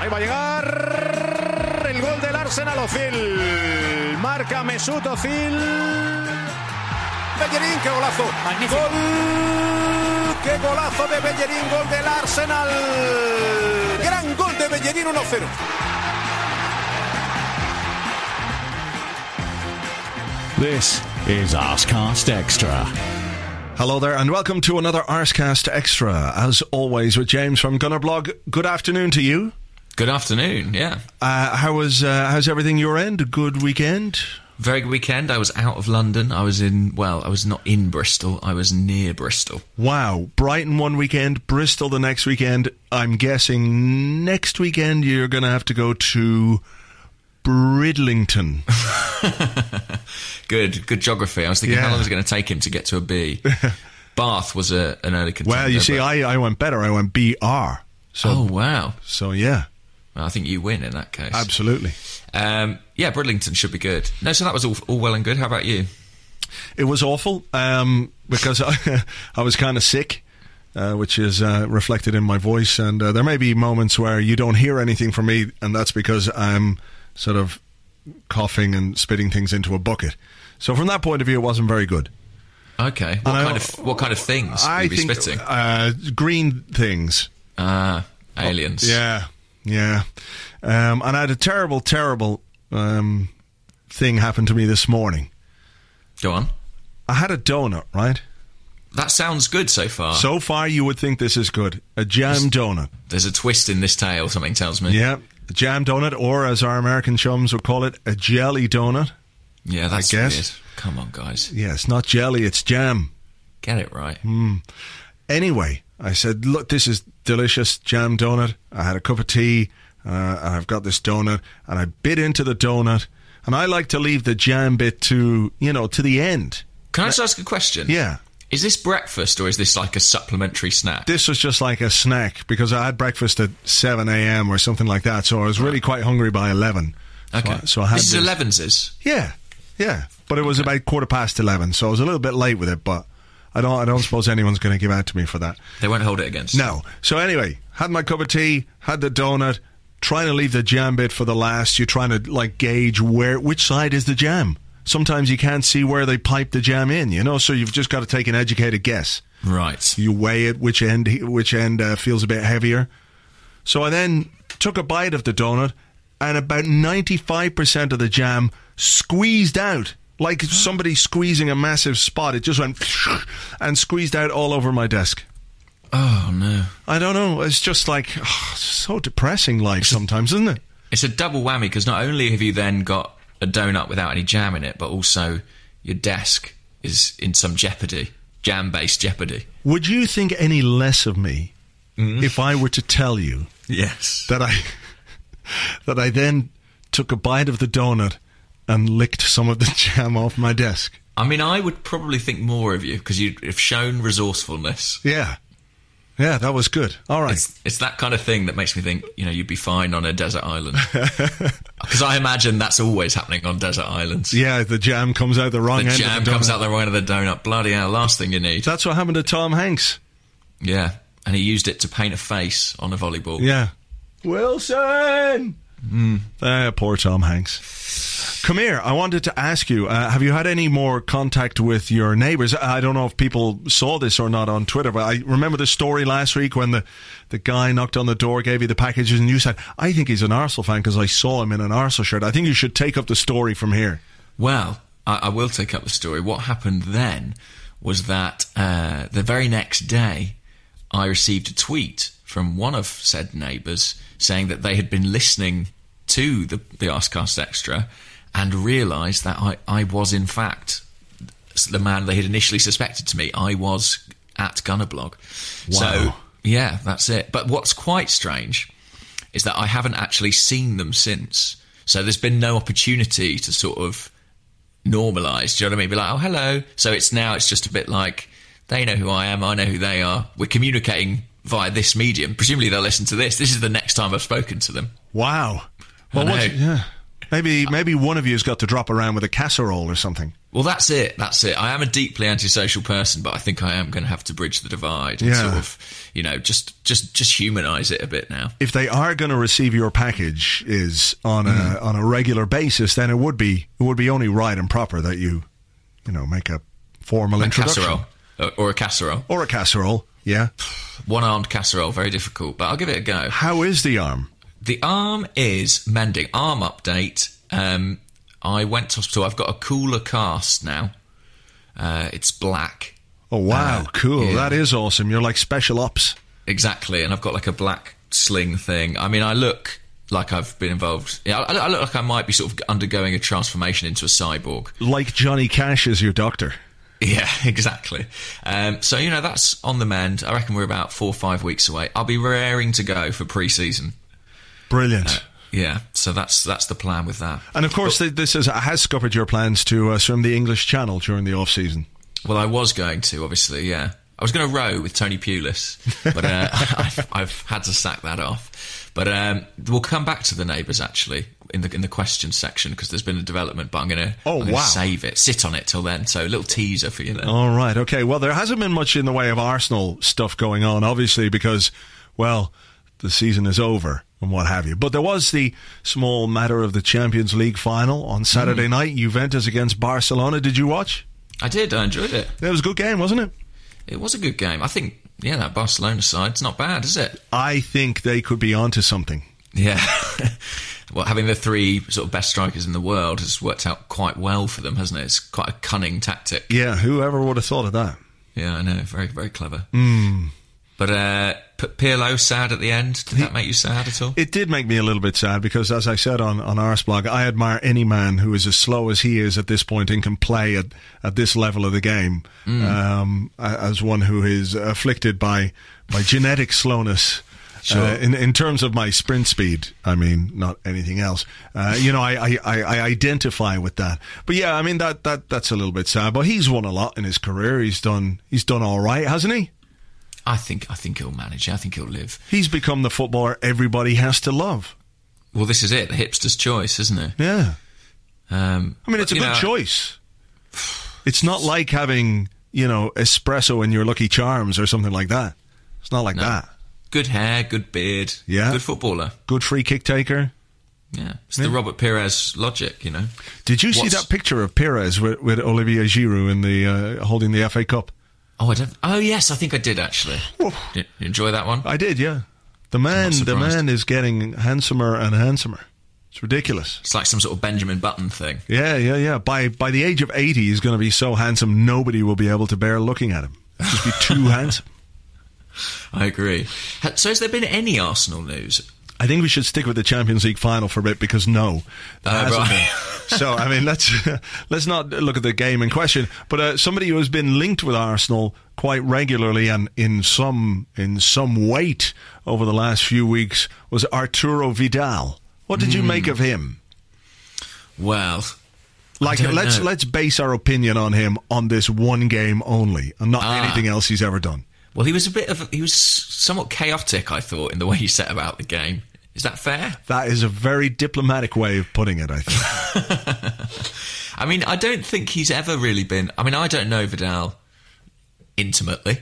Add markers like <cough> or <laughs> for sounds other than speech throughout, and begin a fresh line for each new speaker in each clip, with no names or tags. Ahí va a llegar el gol del Arsenal Ozil. Marca Mesut Ozil. Bellerín, qué golazo.
Magnífico.
Gol. Qué golazo de Bellerín, gol del Arsenal. Gran gol de Bellerín 1-0.
This is Arscast Extra.
Hello there, and welcome to another Arscast Extra. As always, with James from Gunnerblog. Good afternoon to you.
Good afternoon. Yeah.
Uh, how was uh, how's everything your end? A good weekend.
Very good weekend. I was out of London. I was in, well, I was not in Bristol. I was near Bristol.
Wow, Brighton one weekend, Bristol the next weekend. I'm guessing next weekend you're going to have to go to Bridlington.
Good, good geography. I was thinking
Yeah.
how long is it going to take him to get to
<laughs>
a B? Bath was a, an early contender.
Well, you see,
but-
I, I went better. I went BR. So
Oh, wow.
so yeah,
Well, I think you win in that case.
absolutely.
Um, yeah, Bridlington should be good. No, so that was all, all well and good. How about you?
It was awful um, because <laughs> I, I was kind of sick, uh, which is uh, reflected in my voice. And uh, there may be moments where you don't hear anything from me, and that's because I'm sort of coughing and spitting things into a bucket. So from that point of view, it wasn't very good.
Okay. What
I-
kind of what kind of things
I
you be
think
spitting?
Uh, green things.
Ah, aliens.
Yeah, yeah. Um, and I had a terrible, terrible um, thing happen to me this morning.
Go on.
I had a donut, right?
That sounds good so far.
So far, you would think this is good. A jam donut.
There's a twist in this tale. Something tells me.
Yeah, a jam donut, or as our American chums would call it, a jelly donut.
Yeah, that's
guess.
weird. Come on, guys,
Yeah, it's not jelly, it's jam.
get it right.
Hmm. Anyway, I said, look, this is delicious jam donut. I had a cup of tea, uh, and I've got this donut, and I bit into the donut, and I like to leave the jam bit to, you know, to the end.
Can I just ask a question?
Yeah.
Is this breakfast or is this like a supplementary snack?
This was just like a snack because I had breakfast at 7 a.m. or something like that, so I was really quite hungry by 11. So
okay.
I- So, I had
this is
this.
Elevenses.
Yeah, yeah. But it was about quarter past eleven, so I was a little bit late with it. But I don't, I don't suppose anyone's going to give out to me for that.
They won't hold it against. you.
No. So anyway, had my cup of tea, had the donut, trying to leave the jam bit for the last. You're trying to like gauge where which side is the jam. Sometimes you can't see where they pipe the jam in, you know. So you've just got to take an educated guess.
Right.
You weigh it, which end which end uh, feels a bit heavier. So I then took a bite of the donut, and about ninety five percent of the jam squeezed out, like somebody squeezing a massive spot. It just went <laughs> and squeezed out all over my desk.
Oh no.
I don't know. It's just like <sighs> ah, so depressing life sometimes, isn't it?
It's a double whammy because not only have you then got a donut without any jam in it, but also your desk is in some jeopardy, jam-based jeopardy.
Would you think any less of me if I were to tell you
Yes.
that I <laughs> that I then took a bite of the donut and licked some of the <laughs> jam off my desk?
I mean, I would probably think more of you because you have shown resourcefulness.
Yeah, yeah, that was good. All right.
It's, it's that kind of thing that makes me think, you know, you'd be fine on a desert island. Because I imagine that's always happening on desert islands.
yeah, the jam comes out the wrong
the
end.
jam
of the
comes
donut.
out the right of the donut. Bloody hell, last thing you need.
That's what happened to Tom Hanks.
Yeah. And he used it to paint a face on a volleyball.
Yeah. Wilson. Ah, poor Tom Hanks. Come here. I wanted to ask you: uh, Have you had any more contact with your neighbours? I don't know if people saw this or not on Twitter, but I remember the story last week when the, the guy knocked on the door, gave you the packages, and you said, "I think he's an Arsenal fan because I saw him in an Arsenal shirt." I think you should take up the story from here.
Well, I, I will take up the story. What happened then was that uh, the very next day, I received a tweet from one of said neighbours saying that they had been listening to the, the Askcast Extra and realised that I, I was, in fact, the man they had initially suspected to me. I was at Gunnerblog. So,
Wow.
yeah, that's it. But what's quite strange is that I haven't actually seen them since. So there's been no opportunity to sort of normalize. Do you know what I mean? Be like, oh, hello. So it's now, it's just a bit like they know who I am, I know who they are. We're communicating via this medium. Presumably they'll listen to this. This is the next time I've spoken to them.
Wow.
I
what's-
know.
yeah. Maybe maybe one of you's got to drop around with a casserole or something.
Well, that's it. That's it. I am a deeply antisocial person, but I think I am going to have to bridge the divide and
Yeah.
sort of, you know, just just just humanize it a bit now.
If they are going to receive your package is on a
Mm-hmm.
on a regular basis, then it would be it would be only right and proper that you you know make a formal
A
introduction
casserole or, or a casserole,
or a casserole. Yeah.
one-armed casserole, very difficult, but I'll give it a go.
How is the arm?
The arm is mending. Arm update. Um, I went to hospital. I've got a cooler cast now. Uh, it's black.
Oh wow, cool.
Uh, yeah.
That is awesome. You're like special ops.
Exactly, and I've got like a black sling thing. I mean, I look like I've been involved. Yeah, I, I look like I might be sort of undergoing a transformation into a cyborg. <laughs>
Like Johnny Cash is your doctor.
Yeah, exactly. Um, so you know that's on the mend. I reckon we're about four or five weeks away. I'll be raring to go for pre-season.
Brilliant.
Yeah, so that's that's the plan with that.
Uh, and of course, th this is, has scuppered your plans to uh, swim the English Channel during the off season.
Well, I was going to, obviously, yeah. I was going to row with Tony Pulis, but uh, <laughs> I've, I've had to sack that off. But um, we'll come back to the neighbours actually in the in the question section because there's been a development. But I'm going to
Oh, wow. Oh.
save it, sit on it till then. So a little teaser for you then.
All right. Okay. Well, there hasn't been much in the way of Arsenal stuff going on, obviously, because, well, the season is over and what have you. But there was the small matter of the Champions League final on Saturday night, Juventus against Barcelona. Did you watch?
I did. I enjoyed it.
It was a good game, wasn't it?
It was a good game. I think yeah, that Barcelona side's not bad, is it?
I think they could be onto something.
Yeah. <laughs> well, having the three sort of best strikers in the world has worked out quite well for them, hasn't it? It's quite a cunning tactic.
Yeah. Whoever would have thought of that?
Yeah, I know. Very, very clever. Mm.
Hmm.
But uh, P- Pirlo sad at the end. Did that make you sad at all?
It did make me a little bit sad because, as I said on, on Ars blog, I admire any man who is as slow as he is at this point and can play at, at this level of the game um, a- as one who is afflicted by, by genetic slowness.
Sure.
Uh, in, in terms of my sprint speed, I mean, not anything else. Uh, you know, I, I, I, I identify with that. But yeah, I mean, that, that, that's a little bit sad. But he's won a lot in his career. He's done, he's done all right, hasn't he?
I think I think he'll manage. I think he'll live.
He's become the footballer everybody has to love.
Well, this is it. The hipster's choice, isn't it?
Yeah.
Um,
I mean,
but,
it's a
you
good
know,
choice. It's not like having, you know, espresso in your Lucky Charms or something like that. It's not like that.
Good hair, good beard.
Yeah.
Good footballer.
Good free kick taker.
Yeah. It's the Robert Perez logic, you know.
Did you see
What's-
that picture of Perez with, with Olivier Giroud in the uh, holding the FA Cup?
Oh, I don't. Oh, yes, I think I did actually. Did you enjoy that one?
I did, yeah. The man, the
surprised.
man is getting handsomer and handsomer. It's ridiculous.
It's like some sort of Benjamin Button thing.
Yeah, yeah, yeah. By by the age of eighty, he's going to be so handsome nobody will be able to bear looking at him. He'll Just be too <laughs> handsome.
I agree. Ha- So, has there been any Arsenal news?
I think we should stick with the Champions League final for a bit because no, there
Uh,
hasn't
right.
been. So I mean, let's <laughs> let's not look at the game in question. But uh, somebody who has been linked with Arsenal quite regularly and in some in some weight over the last few weeks was Arturo Vidal. What
Hmm.
did you make of him?
Well,
Like,
don't
let's
know.
let's base our opinion on him on this one game only, and not
Ah.
anything else he's ever done.
Well, he was a bit of he was somewhat chaotic, I thought, in the way he set about the game. Is that fair?
That is a very diplomatic way of putting it. I think.
<laughs> I mean, I don't think he's ever really been. I mean, I don't know Vidal intimately,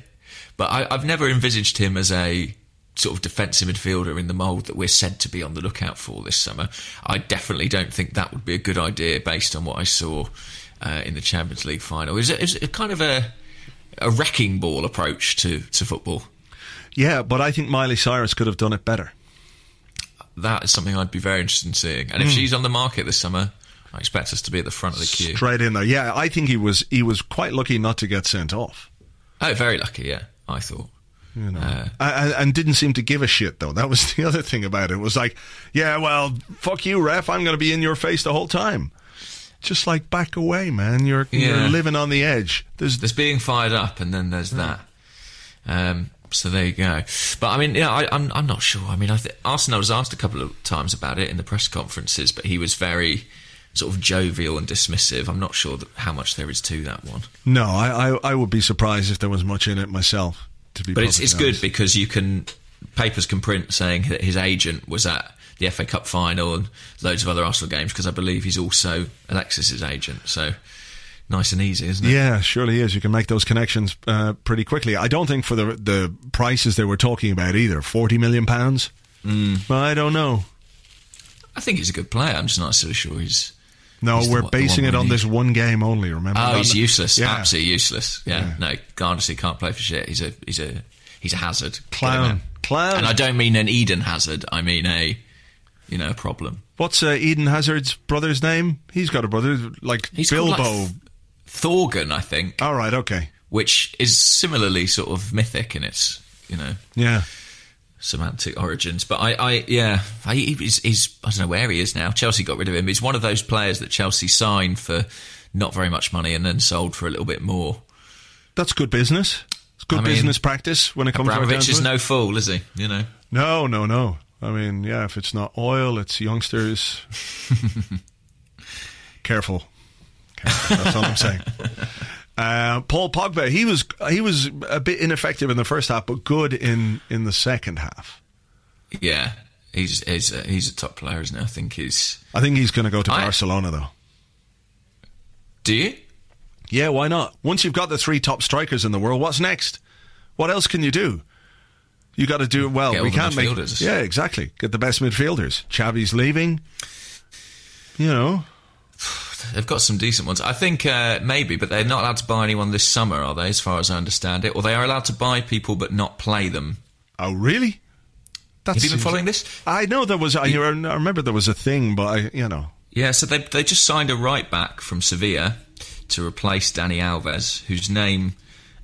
but I, I've never envisaged him as a sort of defensive midfielder in the mould that we're said to be on the lookout for this summer. I definitely don't think that would be a good idea based on what I saw uh, in the Champions League final. It was, it was a kind of a a wrecking ball approach to, to football.
yeah, but I think Miley Cyrus could have done it better.
that is something I'd be very interested in seeing. And if
Hmm.
she's on the market this summer, I expect us to be at the front of the queue.
Straight in there. Yeah, I think he was he was quite lucky not to get sent off.
oh, very lucky, yeah. I thought. Uh,
You know, and, and didn't seem to give a shit though. That was <laughs> the other thing about it. It was like, yeah, well, fuck you, ref. I'm going to be in your face the whole time. Just like back away, man. You're
Yeah.
you're living on the edge. There's
There's being fired up, and then
Hmm.
there's that. Um, so there you go. But I mean, yeah, I, I'm I'm not sure. I mean, I th- Arsenal was asked a couple of times about it in the press conferences, but he was very sort of jovial and dismissive. I'm not sure that, how much there is to that one.
no. I, I I would be surprised if there was much in it myself. To be
But it's
perfectly
it's good
honest.
because you can papers can print saying that his agent was at the FA Cup final and loads of other Arsenal games because I believe he's also Alexis's agent. So nice and easy, isn't it?
Yeah, surely is. You can make those connections uh, pretty quickly. I don't think for the the prices they were talking about either, forty million pounds. Mm. I don't know.
I think he's a good player. I'm just not so sure he's.
No,
He's the
we're
one- the
basing
one
it
we
on
need.
this one game only. Remember?
Oh,
Not-
he's useless.
Uh, Yeah.
Absolutely useless. Yeah. No, honestly, can't play for shit. He's a he's a he's a hazard. Get him
Clown.
out.
Clown.
And I don't mean an Eden hazard. I mean a you know a problem.
What's uh, Eden Hazard's brother's name? He's got a brother like
He's called,
Bilbo.
like, Thorgan, I think,
All right, okay,
which is similarly sort of mythic in its you know
yeah.
semantic origins. But I, I yeah, I, he's, he's I don't know where he is now. Chelsea got rid of him. He's one of those players that Chelsea signed for not very much money and then sold for a little bit more.
That's good business. It's good
I mean,
business practice when it comes right down
Abramovich
to
is
it.
no fool, is he? You know.
No, no, no. I mean, yeah, if it's not oil, it's
<laughs>
youngsters. Careful. Careful. That's all I'm
<laughs>
saying. Uh, Paul Pogba, he was he was a bit ineffective in the first half, but good in in the second half.
Yeah, he's he's a, he's a top player, isn't he? I think he's.
I think he's going to go to
I-
Barcelona though.
Do you?
Yeah, why not? Once you've got the three top strikers in the world, what's next? What else can you do? You got to do it well.
Get all
we
the
can't make.
midfielders.
Yeah, exactly. Get the best midfielders. Xavi's leaving. You know,
They've got some decent ones. I think uh, maybe, but they're not allowed to buy anyone this summer, are they? As far as I understand it, or they are allowed to buy people but not play them.
Oh, really? That's
Have you been following this?
I know there was. I, I remember there was a thing, but I, you know,
Yeah, so they they just signed a right back from Sevilla to replace Danny Alves, whose name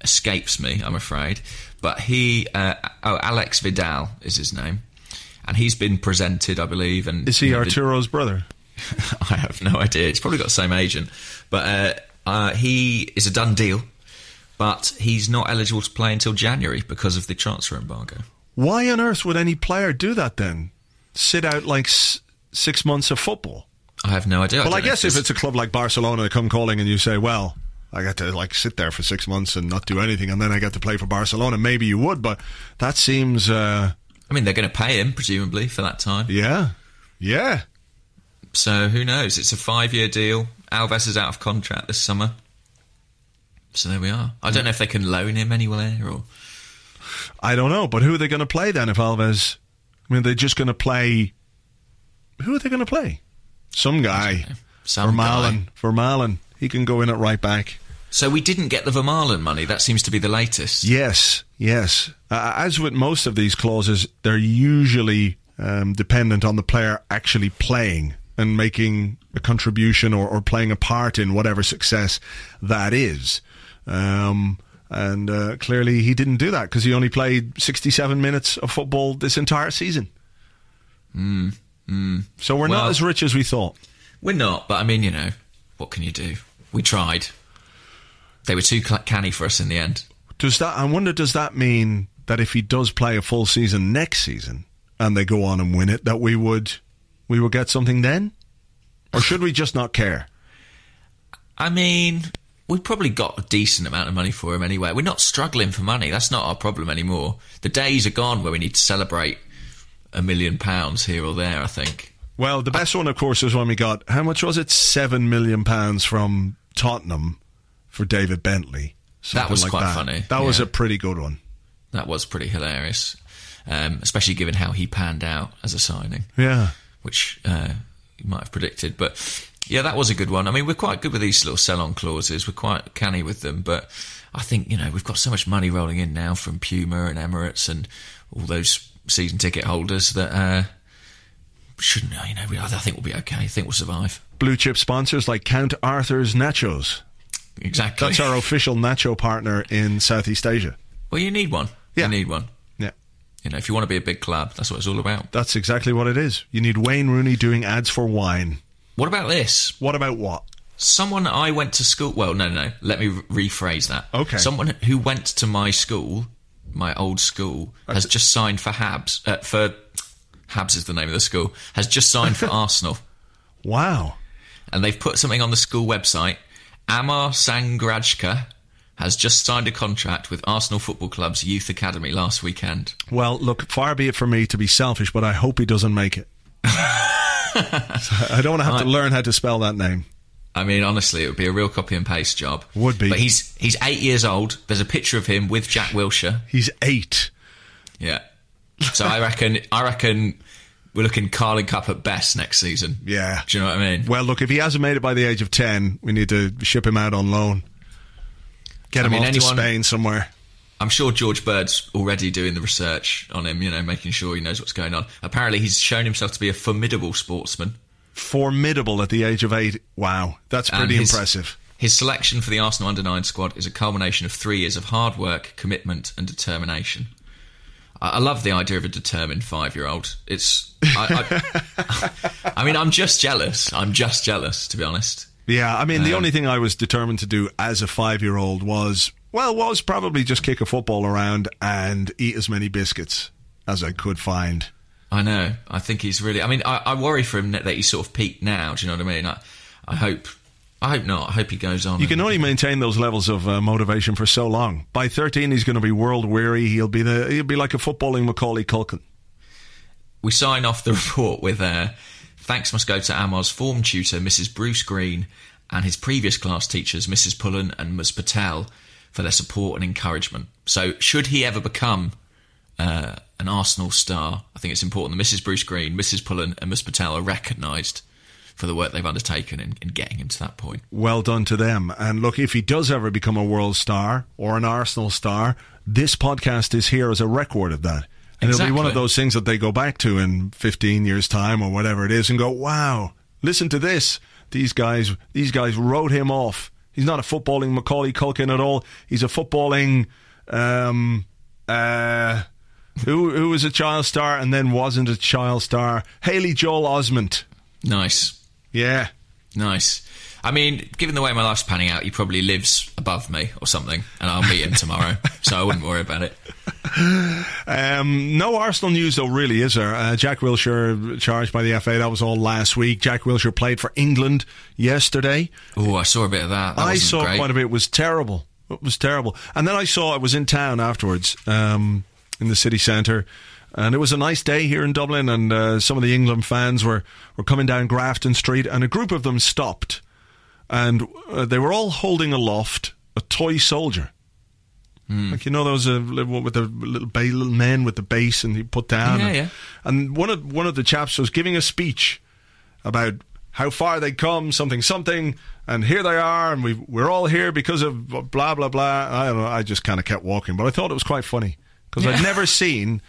escapes me, I'm afraid. But he, uh, oh, Alex Vidal is his name, and he's been presented, I believe. And
is he
you know, the-
Arturo's brother?
<laughs> I have no idea. It's probably got the same agent, but uh, uh, he is a done deal. But he's not eligible to play until January because of the transfer embargo.
Why on earth would any player do that then? Sit out like s- six months of football?
I have no idea.
Well,
don't
I
know
guess if it's
this-
a club like Barcelona that come calling and you say, well, I got to like sit there for six months and not do anything, and then I got to play for Barcelona. Maybe you would, but that seems, uh,
I mean, they're going to pay him presumably for that time.
yeah, yeah.
So who knows? It's a five-year deal. Alves is out of contract this summer. So there we are. I don't know if they can loan him anywhere or
I don't know, but who are they going to play then if Alves? I mean, they're just going to play. Who are they going to play? Some guy.
some guy.
Vermaelen. Vermaelen. He can go in at right back.
So we didn't get the Vermaelen money. That seems to be the latest.
Yes, yes. Uh, as with most of these clauses, they're usually um, dependent on the player actually playing and making a contribution or, or playing a part in whatever success that is. Um, and uh, clearly, he didn't do that because he only played 67 minutes of football this entire season. So we're
Well-
not as rich as we thought.
We're not, but I mean, you know, what can you do? We tried. They were too cl- canny for us in the end.
Does that? I wonder. Does that mean that if he does play a full season next season and they go on and win it, that we would we would get something then, or should we just not care?
I mean, we probably got a decent amount of money for him anyway. We're not struggling for money. That's not our problem anymore. The days are gone where we need to celebrate a million pounds here or there, I think.
Well, the best one, of course, was when we got how much was it? Seven million pounds from Tottenham for David Bentley. Something
was
like
quite
that.
funny,
That was
yeah.
a pretty good one.
That was pretty hilarious, um, especially given how he panned out as a signing.
Yeah.
which uh, you might have predicted. But yeah, that was a good one. I mean, we're quite good with these little sell-on clauses. We're quite canny with them. But I think you know we've got so much money rolling in now from Puma and Emirates and all those season ticket holders that uh, shouldn't you know? We, I think we'll be okay. I think we'll survive.
Blue chip sponsors like Count Arthur's Nachos.
Exactly.
That's
<laughs>
our official nacho partner in Southeast Asia.
Well, you need one.
Yeah.
You need one.
Yeah.
You know, if you want to be a big club, that's what it's all about.
That's exactly what it is. You need Wayne Rooney doing ads for wine.
What about this?
What about what?
Someone I went to school. Well, no, no. no. Let me re- rephrase that.
Okay.
Someone who went to my school, my old school, has just signed for Habs. Uh, for Habs is the name of the school. Has just
<laughs>
signed for Arsenal,
Wow.
and they've put something on the school website. Amar Sangrajka has just signed a contract with Arsenal Football Club's Youth Academy last weekend.
Well, look, far be it from me to be selfish, but I hope he doesn't make
<laughs>
it. I don't want to have to learn how to spell that name.
I mean, honestly, it would be a real copy and paste job.
Would be.
But he's he's eight years old. There's a picture of him with Jack Wilshire.
He's eight.
Yeah. So I reckon I reckon we're looking Carling Cup at best next season.
Yeah.
Do you know what I mean?
Well, look, if he hasn't made it by the age of 10, we need to ship him out on loan. Get
I
him
mean,
off
anyone-
to Spain somewhere.
I'm sure George Bird's already doing the research on him, you know, making sure he knows what's going on. Apparently, he's shown himself to be a formidable sportsman.
Formidable at the age of eight. Wow. That's
and
pretty
his-
impressive.
His selection for the Arsenal under nine squad is a culmination of three years of hard work, commitment, and determination. I, I love the idea of a determined five year old. It's, I, I, <laughs> I mean, I'm just jealous. I'm just jealous, to be honest.
Yeah, I mean,
Um,
the only thing I was determined to do as a five year old was, well, was probably just kick a football around and eat as many biscuits as I could find.
I know. I think he's really. I mean, I, I worry for him that that he's sort of peaked now. Do you know what I mean? I, I hope. I hope not. I hope he goes on.
You can only maintain those levels of uh, motivation for so long. By 13, he's going to be world weary. He'll be the he'll be like a footballing Macaulay Culkin.
we sign off the <laughs> report with uh, thanks must go to Amar's form tutor, Mrs. Bruce Green, and his previous class teachers, Mrs. Pullen and Ms. Patel, for their support and encouragement. So, should he ever become uh, an Arsenal star, I think it's important that Mrs. Bruce Green, Mrs. Pullen, and Ms. Patel are recognised for the work they've undertaken in, in getting him to that point.
Well done to them. And look, if he does ever become a world star or an Arsenal star, this podcast is here as a record of that. And it'll be one
Exactly.
of those things that they go back to in 15 years' time or whatever it is and go, wow, listen to this. These guys, these guys wrote him off. He's not a footballing Macaulay Culkin at all. He's a footballing, um, uh, who, who was a child star and then wasn't a child star? Haley Joel Osment.
Nice.
Yeah.
Nice. I mean, given the way my life's panning out, he probably lives above me or something, and I'll meet
<laughs>
him tomorrow, so I wouldn't worry about it.
Um, no Arsenal news, though, really, is there? Uh, Jack Wilshire charged by the FA. That was all last week. Jack Wilshire played for England yesterday.
Oh, I saw a bit of that. that
I
wasn't
saw
great.
quite a bit. It was terrible. It was terrible. And then I saw, I was in town afterwards um, in the city centre. And it was a nice day here in Dublin, and uh, some of the England fans were, were coming down Grafton Street, and a group of them stopped. And uh, they were all holding aloft a toy soldier.
Mm.
Like you know those uh, little- with the little, ba- little men with the bass and you put down.
Yeah,
and,
yeah.
and one of one of the chaps was giving a speech about how far they'd come, something, something, and here they are, and we we're all here because of blah blah blah. I don't know. I just kind of kept walking, but I thought it was quite funny because I'd
<laughs>
never seen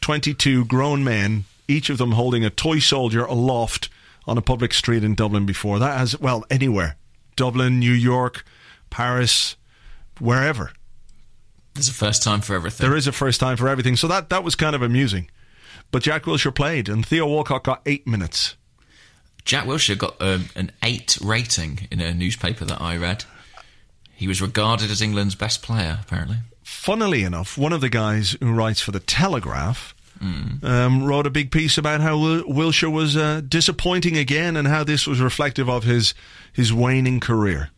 twenty two grown men, each of them holding a toy soldier aloft on a public street in Dublin before. That has well anywhere, Dublin, New York, Paris, wherever.
There's a first time for everything.
There is a first time for everything. So that, that was kind of amusing. But Jack Wilshire played, and Theo Walcott got eight minutes.
Jack Wilshire got um, an eight rating in a newspaper that I read. He was regarded as England's best player, apparently.
Funnily enough, one of the guys who writes for The Telegraph um, wrote a big piece about how Wil- Wilshire was uh, disappointing again and how this was reflective of his, his waning career.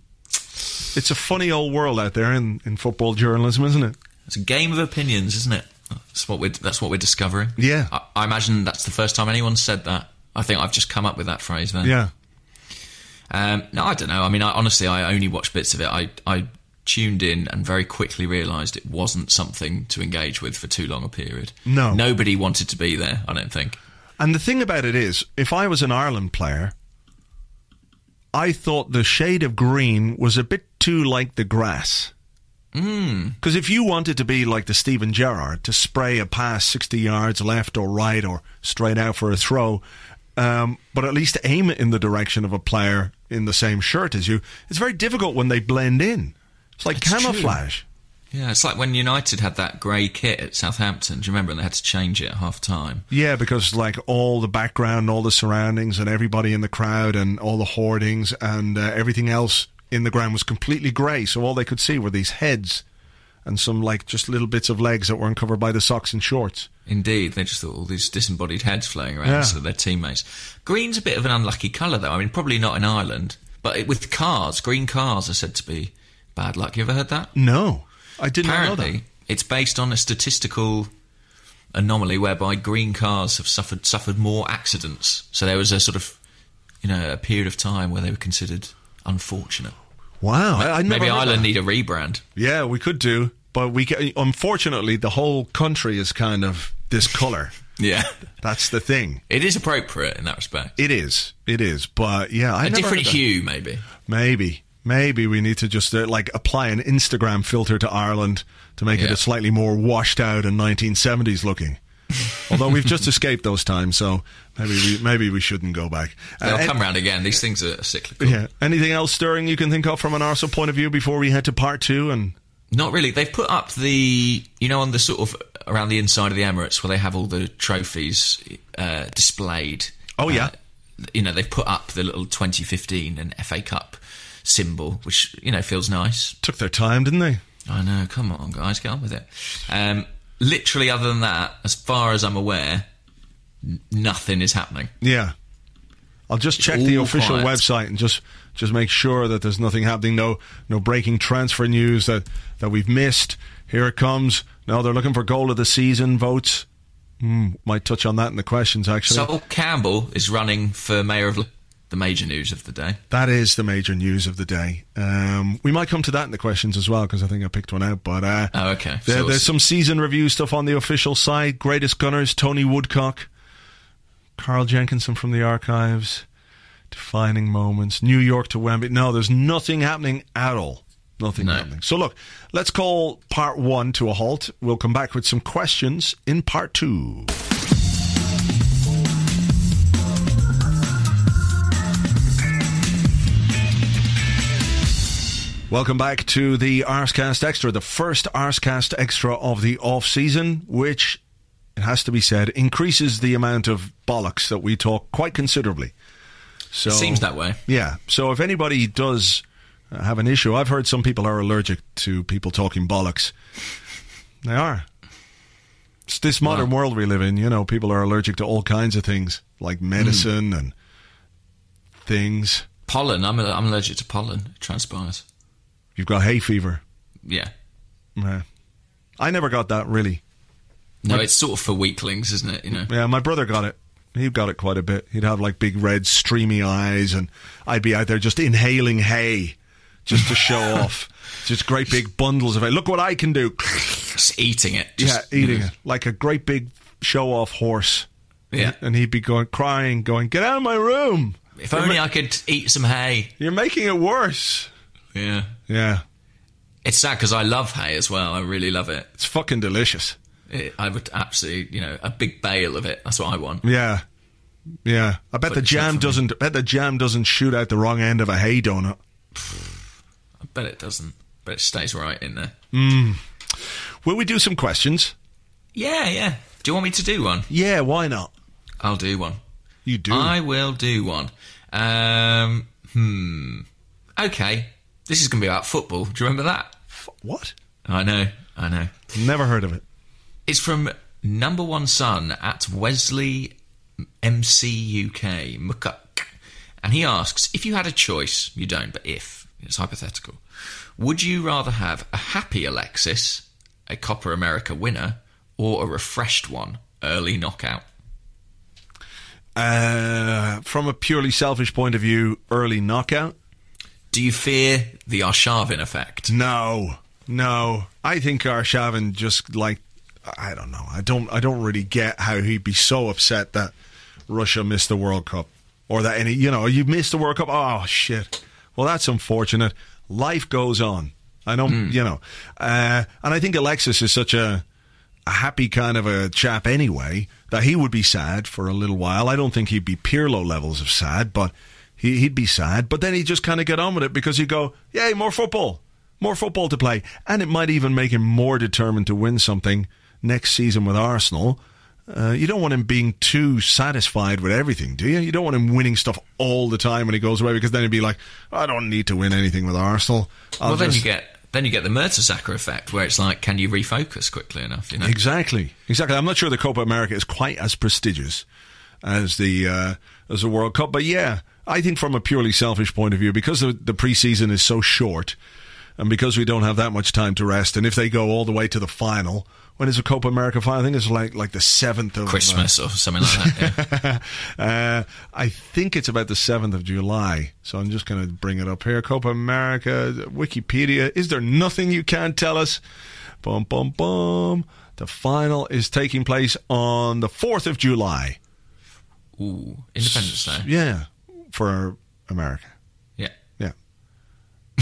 It's a funny old world out there in, in football journalism, isn't it?
It's a game of opinions, isn't it? That's what we're that's what we're discovering.
Yeah.
I, I imagine that's the first time anyone said that. I think I've just come up with that phrase then.
Yeah.
Um, no, I don't know. I mean, I, honestly, I only watched bits of it. I, I tuned in and very quickly realised it wasn't something to engage with for too long a period.
No.
Nobody wanted to be there, I don't think.
And the thing about it is, if I was an Ireland player, I thought the shade of green was a bit too like the grass. Because if you wanted to be like the Stephen Gerrard, to spray a pass 60 yards left or right or straight out for a throw, um, but at least aim it in the direction of a player in the same shirt as you, it's very difficult when they blend in. It's like
It's true.
camouflage.
Yeah, it's like when United had that grey kit at Southampton. Do you remember? And they had to change it at half time.
Yeah, because like all the background, all the surroundings, and everybody in the crowd, and all the hoardings, and uh, everything else in the ground was completely grey. So all they could see were these heads and some like just little bits of legs that weren't covered by the socks and shorts.
Indeed, they just thought all these disembodied heads floating around
Yeah.
instead of their teammates. Green's a bit of an unlucky colour, though. I mean, probably not in Ireland, but it, with cars, green cars are said to be Bad luck. You ever heard that?
No, I did not know
Apparently,
that.
it's based on a statistical anomaly whereby green cars have suffered suffered more accidents. So there was a sort of, you know, a period of time where they were considered unfortunate.
Wow, I, I never
Maybe
heard
Ireland
that.
need a rebrand.
Yeah, we could do, but we ca unfortunately the whole country is kind of this color.
Yeah,
That's the thing.
it is appropriate in that respect.
It is. It is. But yeah, I
a
never heard
different
that.
hue, maybe.
Maybe. Maybe we need to just uh, like apply an Instagram filter to Ireland to make it
Yeah.
a slightly more washed out and 1970s
<laughs>
looking. Although we've just escaped those times, so maybe we maybe we shouldn't go back. Uh,
They'll
an-
come round again. These things are cyclical.
yeah. Anything else stirring you can think of from an Arsenal point of view before we head to part two? And
Not really. They've put up the, you know, on the sort of around the inside of the Emirates where they have all the trophies uh, displayed.
Oh, yeah.
Uh, you know, they've put up the little 2015 and FA Cup symbol, which, you know, feels nice.
took their time, didn't they?
I know. Come on, guys, get on with it. Um, literally, other than that, as far as I'm aware, n- nothing is happening.
Yeah. I'll just check the
all
official
quiet.
website and just just make sure that there's nothing happening. No no breaking transfer news that that we've missed. Here it comes. No, they're looking for goal of the season votes. Hmm, might touch on that in the questions actually.
Sol Campbell is running for mayor of L- the major news of the day.
that is the major news of the day. Um, we might come to that in the questions as well because I think I picked one out. But uh,
Oh, okay.
there-
So we'll
there's
see.
some season review stuff on the official site. Greatest Gunners Tony Woodcock, Carl Jenkinson from the archives. defining moments. New York to Wembley. No, there's nothing happening at all. Nothing
No.
happening. So look, let's call part one to a halt. We'll come back with some questions in part two. Welcome back to the Arscast Extra, the first Arscast Extra of the off season, which it has to be said increases the amount of bollocks that we talk quite considerably. So
It seems that way.
yeah. So if anybody does uh, have an issue, I've heard some people are allergic to people talking bollocks. They are. It's this modern world we live in. You know, people are allergic to all kinds of things, like
Hmm.
medicine and things.
Pollen. I'm, I'm allergic to pollen. It transpires.
You've got hay fever.
Yeah.
Yeah. I never got that really.
No, it's sort of for weaklings, isn't it? You know.
Yeah, my brother got it. He got it quite a bit. He'd have like big red streamy eyes, and I'd be out there just inhaling hay, just to
<laughs>
show off. Just great big bundles of hay. Look what I can do.
Just eating it. Just,
yeah, eating it like a great big show off horse.
Yeah.
and he'd be going crying, going, "Get out of my room!
If only I could eat some hay.
You're making it worse."
Yeah.
Yeah,
It's sad because I love hay as well. I really love it.
it's fucking delicious.
it. I would absolutely, you know, a big bale of it. That's what I want.
Yeah, yeah. I bet
But
the
it's not for
jam
me.
doesn't. bet the jam doesn't shoot out the wrong end of a hay donut.
I bet it doesn't, but it stays right in there.
Will we do some questions?
Yeah, yeah. Do you want me to do one?
Yeah, why not?
I'll do one.
You do.
I will do one. Um, hmm. Okay. This is going to be about football. Do you remember that?
F- what?
I know. I know.
Never heard of it.
It's from number one son at Wesley MC UK McCuck, and he asks if you had a choice. You don't, but if it's hypothetical, would you rather have a happy Alexis, a Copper America winner, or a refreshed one, early knockout?
Uh, from a purely selfish point of view, early knockout.
Do you fear the Arshavin effect?
No, no. I think Arshavin just like I don't know. I don't. I don't really get how he'd be so upset that Russia missed the World Cup or that any. You know, you missed the World Cup. Oh shit. Well, that's unfortunate. Life goes on. I don't. You know. Uh, and I think Alexis is such a a happy kind of a chap anyway that he would be sad for a little while. I don't think he'd be Pirlo levels of sad, but he, he'd be sad. But then he'd just kind of get on with it because he'd go, yay, more football, more football to play. And it might even make him more determined to win something next season with Arsenal. Uh, you don't want him being too satisfied with everything, do you? You don't want him winning stuff all the time when he goes away because then he'd be like, I don't need to win anything with Arsenal. I'll
well, then
just-
you get then you get the Mertesacker effect, where it's like, can you refocus quickly enough? You know,
Exactly, exactly. I'm not sure the Copa America is quite as prestigious as the uh, as the World Cup, but yeah, I think from a purely selfish point of view, because the, the preseason is so short, And because we don't have that much time to rest, and if they go all the way to the final, when is the Copa America final? I think it's like like the seventh of uh,
Christmas or something like
<laughs>
that. Yeah.
uh, I think it's about the 7th of July. So I'm just going to bring it up here. Copa America, Wikipedia. Is there nothing you can't tell us? Bum, bum, bum. The final is taking place on the 4th of July.
Ooh, Independence Day.
Yeah, for America.
Yeah.
Yeah.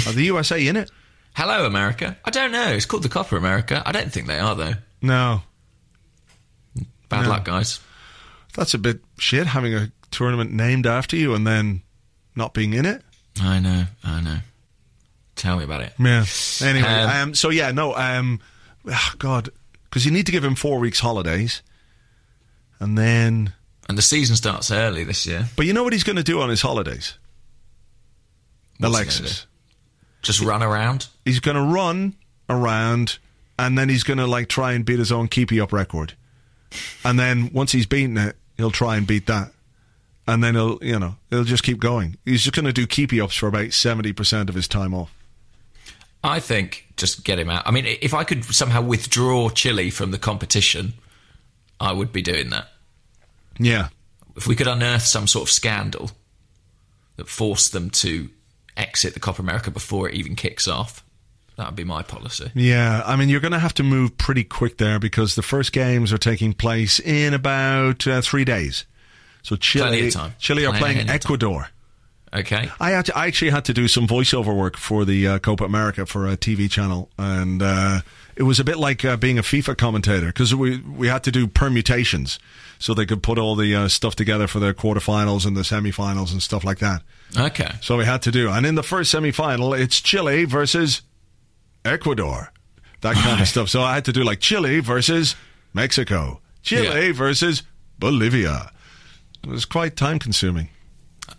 Are the USA in it?
Hello, America. I don't know. It's called the Copper America. I don't think they are though.
No.
Bad luck, guys.
That's a bit shit having a tournament named after you and then not being in it.
I know. I know. Tell me about it.
Yeah. Anyway,
Um,
um, so yeah, no, um, ah, God, because you need to give him four weeks holidays, and then.
And the season starts early this year.
But you know what he's going to do on his holidays,
What's he gonna
Alexis.
Just run around.
He's going to run around, and then he's going to like try and beat his own keepy up record, and then once he's beaten it, he'll try and beat that, and then he'll you know he'll just keep going. He's just going to do keepy ups for about seventy percent of his time off.
I think just get him out. I mean, i- if I could somehow withdraw Chile from the competition, I would be doing that.
Yeah,
If we could unearth some sort of scandal that forced them to exit the Copper America before it even kicks off, that would be my policy.
Yeah, I mean, you're going to have to move pretty quick there because the first games are taking place in about uh, three days. So
Plenty
Chile,
of time.
Chile are
Plenty of
playing
time.
Ecuador.
Okay.
I had to, I actually had to do some voiceover work for the uh, Copa America for a TV channel, and uh, it was a bit like uh, being a FIFA commentator because we we had to do permutations so they could put all the uh, stuff together for their quarterfinals and the semifinals and stuff like that.
Okay.
So we had to do. And in the first semifinal, it's Chile versus Ecuador, that kind of stuff. So I had to do like Chile versus Mexico, Chile
Yeah.
versus Bolivia. It was quite time consuming.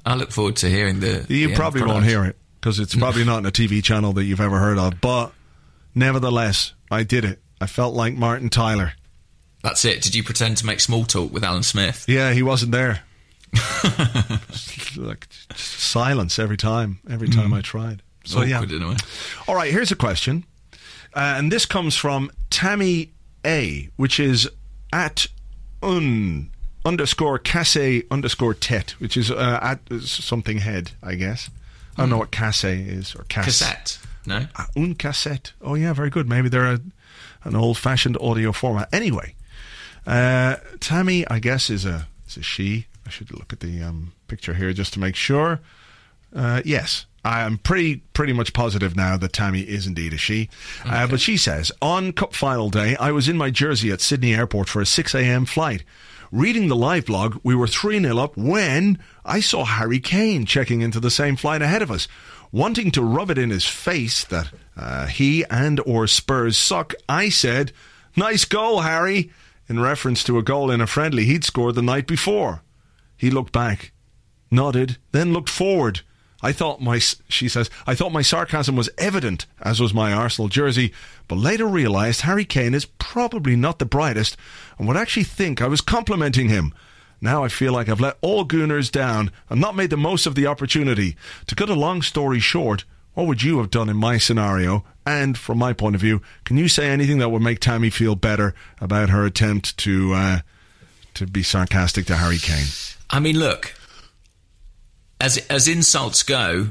I look forward to hearing the.
You
the end
probably won't
product.
hear it because it's probably not in a TV channel that you've ever heard of. But nevertheless, I did it. I felt like Martin Tyler.
That's it. Did you pretend to make small talk with Alan Smith?
Yeah, he wasn't there. like just silence every time, every time I tried. So yeah,
Awkward in a way.
All right, here's a question. Uh, and this comes from Tammy A, which is at un underscore casse underscore tet, which is uh, at something head, I guess. I don't know what casse is or cass-
Cassette. No.
Ah, Un cassette. Oh, yeah, very good. Maybe they're a, an old fashioned audio format. Anyway, uh, Tammy, I guess, is a, is a she. I should look at the um, picture here just to make sure. Uh, yes, I am pretty pretty much positive now that Tammy is indeed a she. Uh, but she says, on Cup Final Day, I was in my jersey at Sydney Airport for a 6 a.m. flight. Reading the live blog, we were 3 0 up when I saw Harry Kane checking into the same flight ahead of us. Wanting to rub it in his face that uh, he and or Spurs suck, I said, Nice goal, Harry, in reference to a goal in a friendly he'd scored the night before. He looked back, nodded, then looked forward. I thought my, she says, I thought my sarcasm was evident, as was my Arsenal jersey, but later realised Harry Kane is probably not the brightest and would actually think I was complimenting him. Now I feel like I've let all Gooners down and not made the most of the opportunity. To cut a long story short, what would you have done in my scenario? And from my point of view, can you say anything that would make Tammy feel better about her attempt to uh, to be sarcastic to Harry Kane?
I mean, look, as as insults go,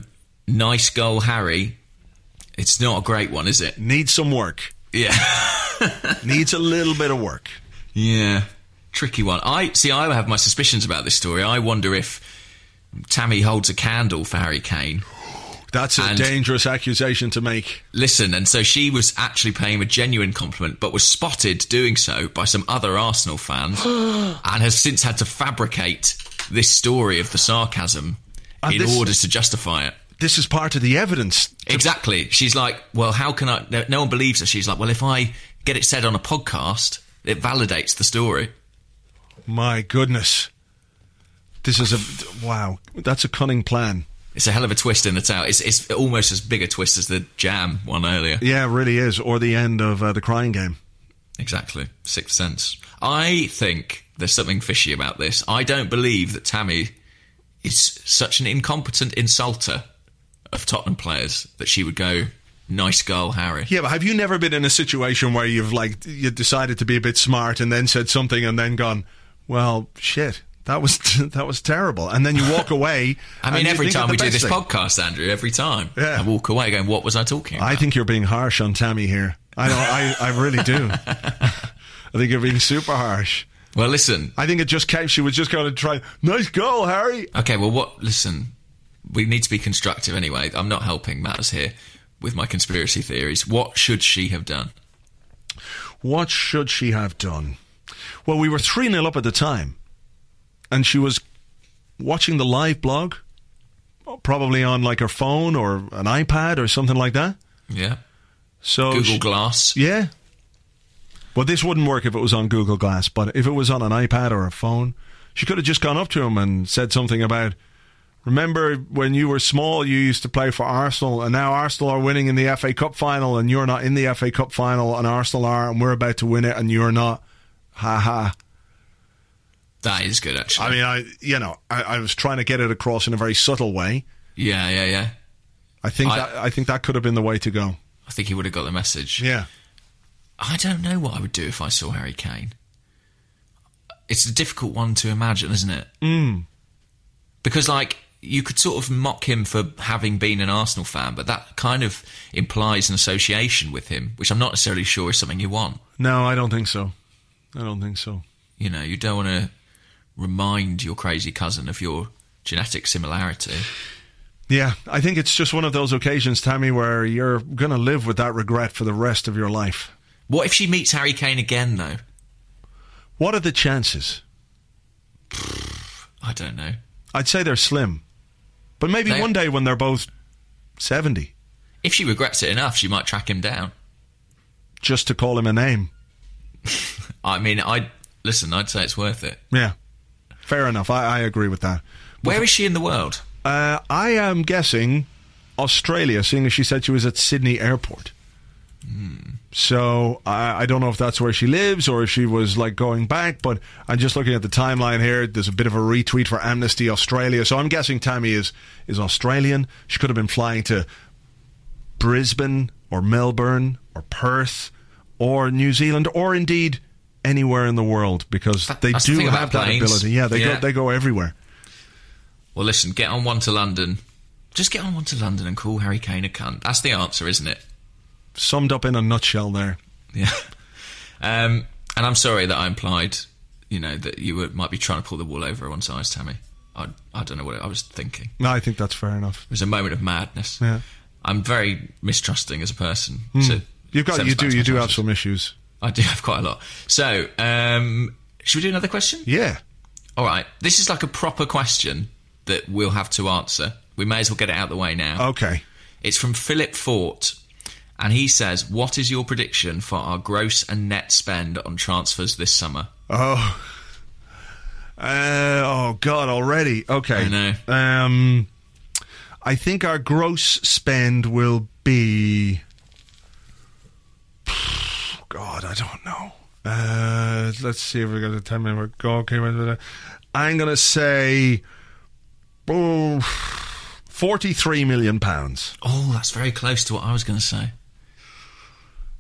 nice goal, Harry. It's not a great one, is it?
Needs some work.
Yeah,
needs a little bit of work.
<laughs> yeah, tricky one. I see. I have my suspicions about this story. I wonder if Tammy holds a candle for Harry Kane.
That's a
And-
dangerous accusation to make.
Listen, and so she was actually paying him a genuine compliment, but was spotted doing so by some other Arsenal fans,
<gasps>
and has since had to fabricate this story of the sarcasm
And
in
this-
order to justify it.
This is part of the evidence.
Exactly. She's like, well, how can I? No, no one believes her. She's like, well, if I get it said on a podcast, it validates the story.
My goodness. This is a wow. That's a cunning plan.
It's a hell of a twist in the tale. It's, it's almost as big a twist as the jam one earlier.
Yeah, it really is. Or the end of uh, the crying game.
Exactly. Sixth Sense. I think there's something fishy about this. I don't believe that Tammy is such an incompetent insulter of Tottenham players that she would go, nice goal, Harry.
Yeah, but have you never been in a situation where you've like you decided to be a bit smart and then said something and then gone, well, shit, that was <laughs> that was terrible, and then you
<laughs>
walk away.
I
and
mean,
you
every
think of
time
the
we do
best
this
thing.
podcast, Andrew, every time
Yeah.
I walk away going, "What was I talking about?"
I think you're being harsh on Tammy here. I don't, I, I really do. I think you're being super harsh.
well, listen.
I think it just came. She was just going to try. Nice goal, Harry.
Okay, well, what? Listen, we need to be constructive anyway. I'm not helping matters here with my conspiracy theories. What should she have done?
What should she have done? Well, we were 3 0 up at the time, and she was watching the live blog, probably on like her phone or an iPad or something like that.
Yeah,
So
Google
she-
Glass.
Oh, Yeah. Well, this wouldn't work if it was on Google Glass, but if it was on an iPad or a phone, she could have just gone up to him and said something about, Remember when you were small, you used to play for Arsenal, and now Arsenal are winning in the FA Cup final, and you're not in the FA Cup final, and Arsenal are, and we're about to win it, and you're not. Ha ha.
That is good, actually.
I mean, I, you know, I, I was trying to get it across in a very subtle way.
yeah, yeah, yeah.
I think
I-
that I think that could have been the way to go.
I think he would have got the message.
Yeah.
I don't know what I would do if I saw Harry Kane. It's a difficult one to imagine, isn't it? Mm. Because, like, you could sort of mock him for having been an Arsenal fan, but that kind of implies an association with him, which I'm not necessarily sure is something you want.
No, I don't think so. I don't think so.
You know, you don't want to remind your crazy cousin of your genetic similarity.
Yeah, I think it's just one of those occasions, Tammy, where you're going to live with that regret for the rest of your life.
What if she meets Harry Kane again, though?
What are the chances?
I don't know.
I'd say they're slim. But maybe
They-
one day when they're both 70,
If she regrets it enough, she might track him down.
just to call him a name.
I mean, I listen. I'd say it's worth it.
Yeah, fair enough. I, I agree with that.
Where is she in the world?
Uh, I am guessing Australia, seeing as she said she was at Sydney Airport.
Hmm.
So I, I don't know if that's where she lives or if she was like going back, but I'm just looking at the timeline here. There's a bit of a retweet for Amnesty Australia, so I'm guessing Tammy is is Australian. She could have been flying to Brisbane or Melbourne or Perth or New Zealand or indeed anywhere in the world because they
that's the
do
thing about
have that
planes.
ability. Yeah, they
Yeah.
go they go everywhere.
Well, listen, get on one to London. Just get on one to London and call Harry Kane a cunt. That's the answer, isn't it?
Summed up in a nutshell there.
Yeah. <laughs> Um, and I'm sorry that I implied, you know, that you were, might be trying to pull the wool over one's eyes, Tammy. I, I don't know what I was thinking.
No, I think that's fair enough.
It was a moment of madness.
Yeah. Hmm.
I'm very mistrusting as a person. So
You've got
sends
you
back
do
to
you
my
do have
trousers.
some issues.
I do have quite a lot. So, um, should we do another question?
Yeah.
All right. This is like a proper question that we'll have to answer. We may as well get it out of the way now.
Okay.
It's from Philip Fort, and he says, "What is your prediction for our gross and net spend on transfers this summer?"
Oh. Uh, oh God! Already. Okay.
I know.
Um, I think our gross spend will be. God, I don't know. Uh, let's see if we got a ten minute goal. Okay, wait, wait, wait. I'm gonna say, oh, forty-three million pounds.
Oh, that's very close to what I was going to say.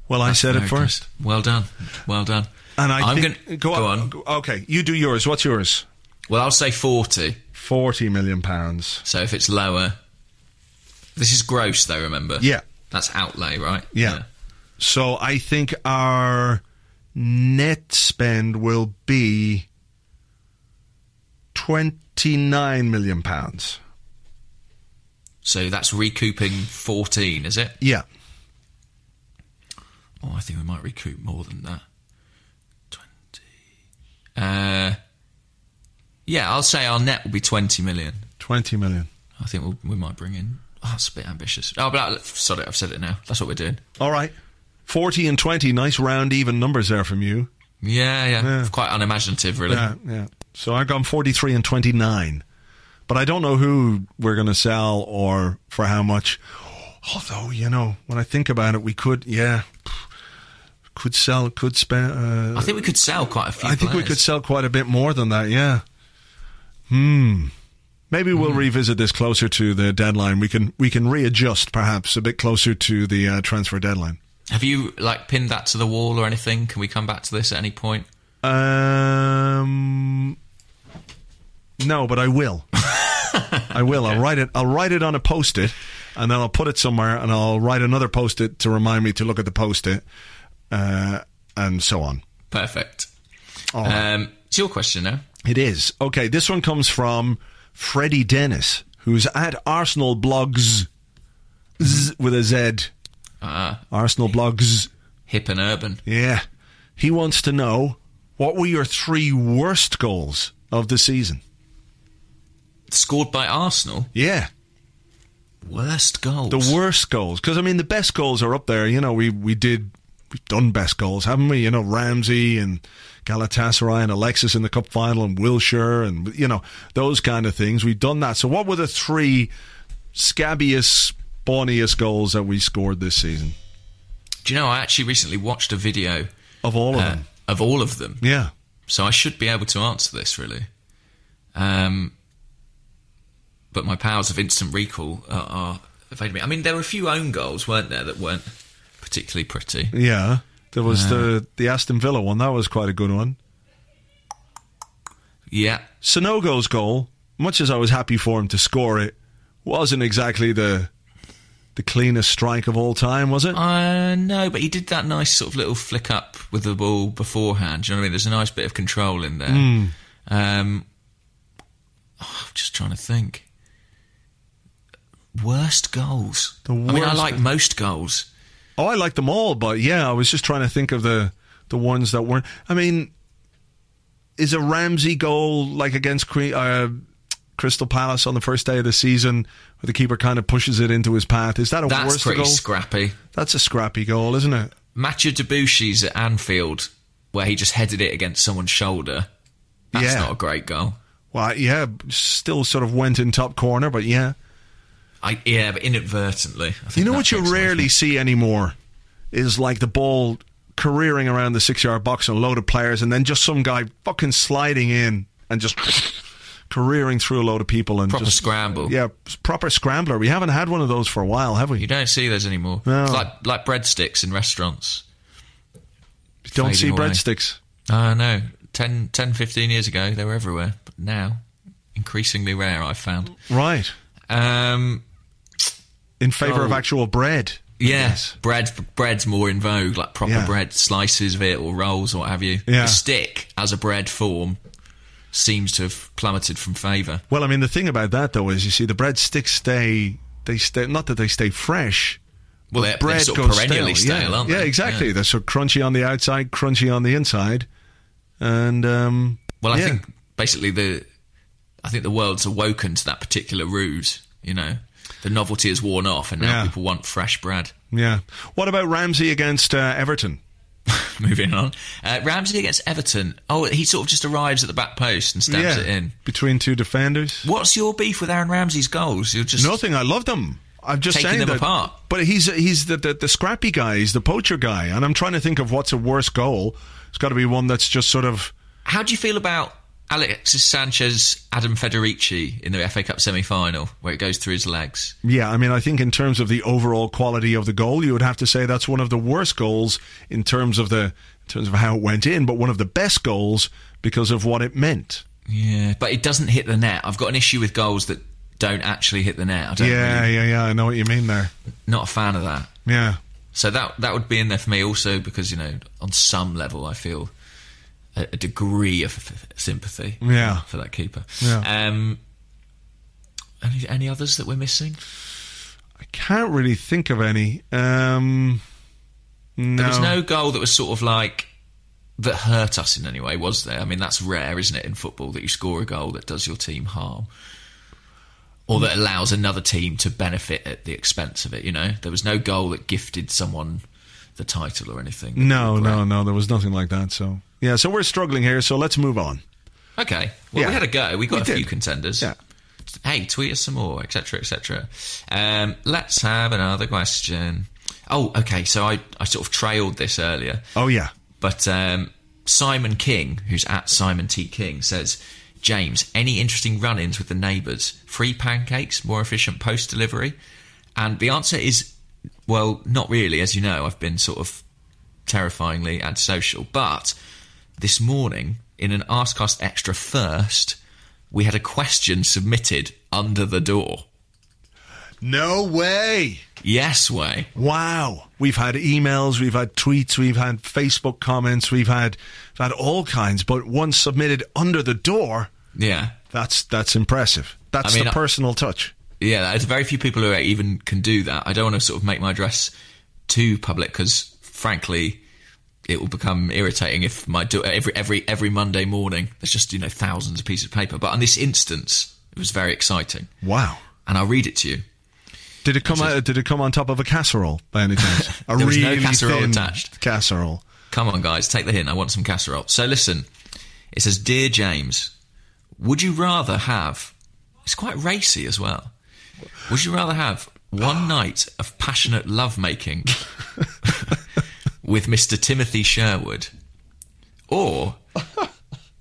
Well, I said it
Very close.
first.
Well done. Well done.
And I
am
think,
gonna,
go, on. Okay, you do yours. What's yours?
Well, I'll say forty.
Forty million pounds.
So if it's lower, this is gross, though. Remember?
Yeah.
That's outlay, right?
Yeah. So I think our net spend will be twenty nine million pounds.
So that's recouping fourteen, is it?
Yeah.
Oh, I think we might recoup more than that. Twenty. Uh, yeah, I'll say our net will be twenty million.
Twenty million.
I think we'll, we might bring in. Oh, that's a bit ambitious. Oh, but I, sorry, I've said it now. That's what we're doing.
All right. Forty and twenty, nice round even numbers there from you.
Yeah, yeah.
Yeah.
It's Quite unimaginative, really.
Yeah, yeah. So I've gone forty three and twenty nine. But I don't know who we're gonna sell or for how much. Although, you know, when I think about it, we could yeah. Could sell, could spend. Uh,
I think we could sell quite a few.
I think we
players.
could sell quite a bit more than that. Yeah. Hmm. Maybe we'll revisit this closer to the deadline. We can we can readjust perhaps a bit closer to the uh, transfer deadline.
Have you like pinned that to the wall or anything? Can we come back to this at any point?
Um, no, but I will. I will. I'll write it. I'll write it on a post-it, and then I'll put it somewhere, and I'll write another post-it to remind me to look at the post-it, uh, and so on.
Perfect.
All right.
Um, it's your question now.
It is. Okay, this one comes from Freddie Dennis, who's at Arsenal Blogs z, with a Z. Arsenal Blogs.
Hip and urban.
Yeah. He wants to know what were your three worst goals of the season?
Scored by Arsenal.
Yeah.
Worst goals.
The worst goals. Because, I mean, the best goals are up there. You know, we, we did, we've done best goals, haven't we? You know, Ramsey and Galatasaray and Alexis in the cup final and Wilshire and, you know, those kind of things. We've done that. So, what were the three scabbiest, spawniest goals that we scored this season?
Do you know? I actually recently watched a video
Of all of
uh,
them.
of all of them,
Yeah.
so I should be able to answer this really. Um, but my powers of instant recall are, are evading me. I mean, there were a few own goals, weren't there, that weren't particularly pretty.
Yeah. There was the, the Aston Villa one. That was quite a good one.
Yeah,
Sonogo's goal, much as I was happy for him to score it, wasn't exactly the the cleanest strike of all time, was it?
Uh, no, but he did that nice sort of little flick up with the ball beforehand. Do you know what I mean? There's a nice bit of control in there.
Hmm.
Um, oh, I'm just trying to think. Worst goals.
The
I mean, I
worst-
like most goals.
Oh, I liked them all, but yeah, I was just trying to think of the the ones that weren't. I mean, is a Ramsey goal like against Cre- uh, Crystal Palace on the first day of the season, where the keeper kind of pushes it into his path? Is that a
That's
worst
pretty
goal?
scrappy.
That's a scrappy goal, isn't it?
Machu Debussy's at Anfield, where he just headed it against someone's shoulder. That's
Yeah.
not a great goal.
Well, yeah, still sort of went in top corner, but yeah.
I yeah, but inadvertently. I think
You know
that
what you
takes away from
rarely see anymore is like the ball careering around the six yard box and a load of players, and then just some guy fucking sliding in and just <laughs> careering through a load of people and
proper
just
scramble.
yeah, proper scrambler. We haven't had one of those for a while, have we?
You don't see those anymore.
No.
It's like like breadsticks in restaurants.
Don't see
fading away.
breadsticks.
I know. 10, 10, 15 years ago, they were everywhere. But now, increasingly rare, I've found.
Right.
Um,
In favor of
Oh.
actual bread.
yes. Bread, bread's more in vogue, like proper
Yeah.
bread, slices of it or rolls or what have you.
Yeah.
The stick as a bread form seems to have plummeted from favour.
Well, I mean, the thing about that though is you see the breadsticks stay, they stay, not that they stay fresh,
Well, they're, they're
bread
sort of
goes
perennially
stale.
stale,
yeah.
aren't they?
Yeah, exactly. They're sort of crunchy on the outside, crunchy on the inside, and um,
Well, I
yeah.
think basically the I think the world's awoken to that particular ruse. You know, the novelty is worn off, and now
Yeah.
people want fresh bread. <laughs>
yeah. What about Ramsey against uh, Everton?
Moving on, uh, Ramsey against Everton. Oh, he sort of just arrives at the back post and stabs
yeah,
it in.
between two defenders.
What's your beef with Aaron Ramsey's goals? You're just
Nothing. I love them. I'm just
Taking
saying
them
that,
apart.
But he's he's the, the the scrappy guy. He's the poacher guy, and I'm trying to think of what's a worse goal. It's got to be one that's just sort of.
How do you feel about Alexis Sanchez, Adam Federici in the FA Cup semi-final, where it goes through his legs?
Yeah, I mean, I think in terms of the overall quality of the goal, you would have to say that's one of the worst goals in terms of the in terms of how it went in, but one of the best goals because of what it meant.
Yeah, but it doesn't hit the net. I've got an issue with goals that don't actually hit the net. I don't
Yeah,
really,
yeah, yeah. I know what you mean there.
not a fan of that.
Yeah,
So that that would be in there for me also because you know on some level I feel a, a degree of sympathy
Yeah.
for that keeper.
Yeah.
Um, any any others that we're missing?
I can't really think of any. Um, no.
There was no goal that was sort of like that hurt us in any way, was there? I mean that's rare, isn't it, in football that you score a goal that does your team harm. Or that allows another team to benefit at the expense of it, you know? There was no goal that gifted someone the title or anything. that we
no,
regret.
no, no. There was nothing like that. So yeah, so we're struggling here. So let's move on.
Okay. Well,
Yeah.
we had a go. We got
We
a
did.
few contenders.
Yeah.
Hey, tweet us some more, etc., etc. Um, let's have another question. Oh, okay. So I, I sort of trailed this earlier,
Oh yeah.
but um, Simon King, who's at Simon T King, says, James, any interesting run ins with the neighbours? Free pancakes, more efficient post delivery? And the answer is, well, not really. As you know, I've been sort of terrifyingly antisocial. But this morning, in an Askcast Extra first, we had a question submitted under the door.
No way.
Yes, way.
Wow. We've had emails, we've had tweets, we've had Facebook comments, we've had we've had all kinds, but one submitted under the door.
Yeah.
That's that's impressive. That's
I mean,
the
I-
personal touch.
Yeah, there's very few people who even can do that. I don't want to sort of make my address too public because, frankly, it will become irritating if my do- every every every Monday morning there's just you know thousands of pieces of paper. But on this instance, it was very exciting,
Wow.
and I'll read it to you.
Did it come out, did it come on top of a casserole by any chance?
<laughs>
A
There was no
really
casserole
thin
attached.
Casserole.
Come on, guys, take the hint. I want some casserole. So listen, it says, "Dear James, would you rather have?" It's quite racy as well. Would you rather have one night of passionate lovemaking with Mr. Timothy Sherwood, or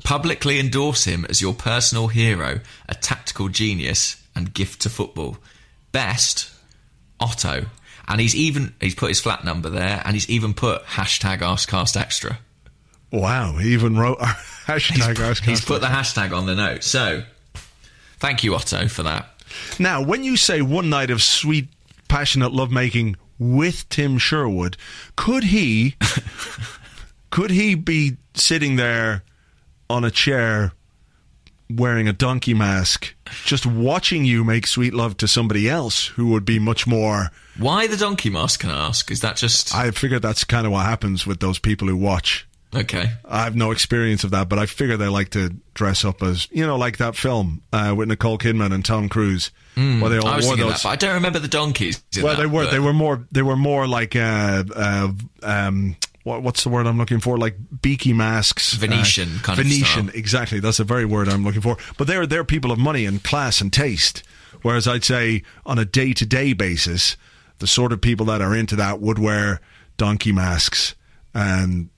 publicly endorse him as your personal hero, a tactical genius, and gift to football? Best, Otto. And he's even he's put his flat number there, and he's even put hashtag AskCast Extra.
Wow, he even wrote our <laughs> hashtag Ask
He's
Casserole.
put the hashtag on the note. So, thank you, Otto, for that.
Now, when you say one night of sweet, passionate lovemaking with Tim Sherwood, could
<laughs>
he, could he be sitting there on a chair wearing a donkey mask, just watching you make sweet love to somebody else who would be much more?
Why the donkey mask? Can I ask? Is that just
I figure that's kind of what happens with those people who watch.
okay?
I have no experience of that, but I figure they like to dress up as you know, like that film uh, with Nicole Kidman and Tom Cruise, where they all
Hmm. I was
wore
thinking
those.
that, but I don't remember the donkeys. in
Well,
that,
they were
but-
they were more they were more like uh, uh um what, what's the word I'm looking for like beaky masks uh,
Venetian kind of
Venetian
style.
exactly that's the very word I'm looking for. But they're they're people of money and class and taste. Whereas I'd say on a day to day basis, the sort of people that are into that would wear donkey masks and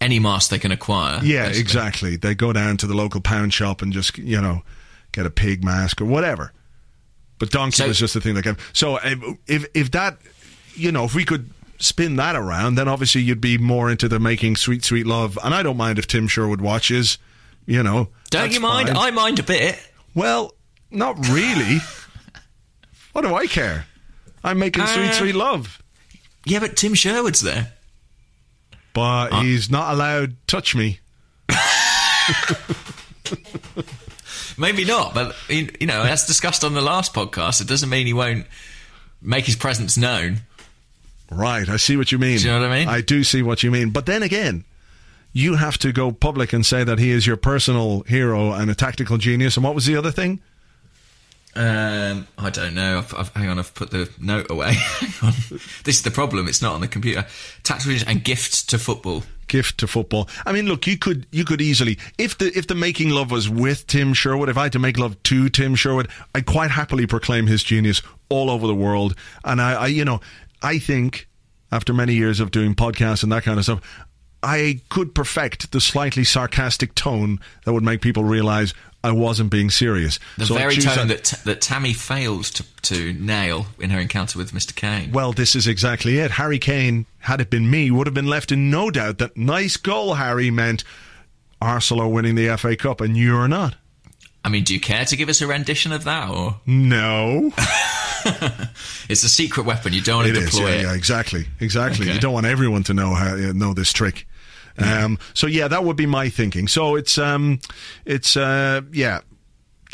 any mask they can acquire.
yeah,
basically.
exactly. They go down to the local pound shop and just you know get a pig mask or whatever. But donkey
So-
was just the thing that came. So uh, if if that you know if we could spin that around, then obviously you'd be more into the making sweet sweet love. And I don't mind if Tim Sherwood watches. You know,
Don't
that's
you mind?
fine.
I mind a bit.
well, not
<laughs>
really. what do I care? I'm making
Uh,
sweet sweet love,
Yeah, but Tim Sherwood's there.
but he's not allowed touch me.
Maybe not, but you you know, as discussed on the last podcast, it doesn't mean he won't make his presence known.
Right, I see what you mean.
Do you know what I mean?
I do see what you mean. But then again, you have to go public and say that he is your personal hero and a tactical genius. And what was the other thing?
Um, I don't know. I've, I've, hang on, I've put the note away. <laughs> Hang on. This is the problem. It's not on the computer. Tactical and gifts to football.
Gift to football. I mean, look, you could you could easily if the if the making love was with Tim Sherwood, if I had to make love to Tim Sherwood, I'd quite happily proclaim his genius all over the world. And I, I you know, I think after many years of doing podcasts and that kind of stuff, I could perfect the slightly sarcastic tone that would make people realize I wasn't being serious.
The
So I
very
choose
tone
that-
that, that Tammy failed to, to nail in her encounter with Mr. Kane.
Well, this is exactly it. Harry Kane, had it been me, would have been left in no doubt that nice goal, Harry, meant Arsenal are winning the FA Cup and you're not.
I mean, do you care to give us a rendition of that, or <laughs>
No.
it's a secret weapon? You don't want
it
to
is.
deploy
Yeah,
it.
yeah, exactly. Exactly.
Okay.
You don't want everyone to know how uh, know this trick. Um, so yeah, that would be my thinking. So it's um, it's uh, yeah,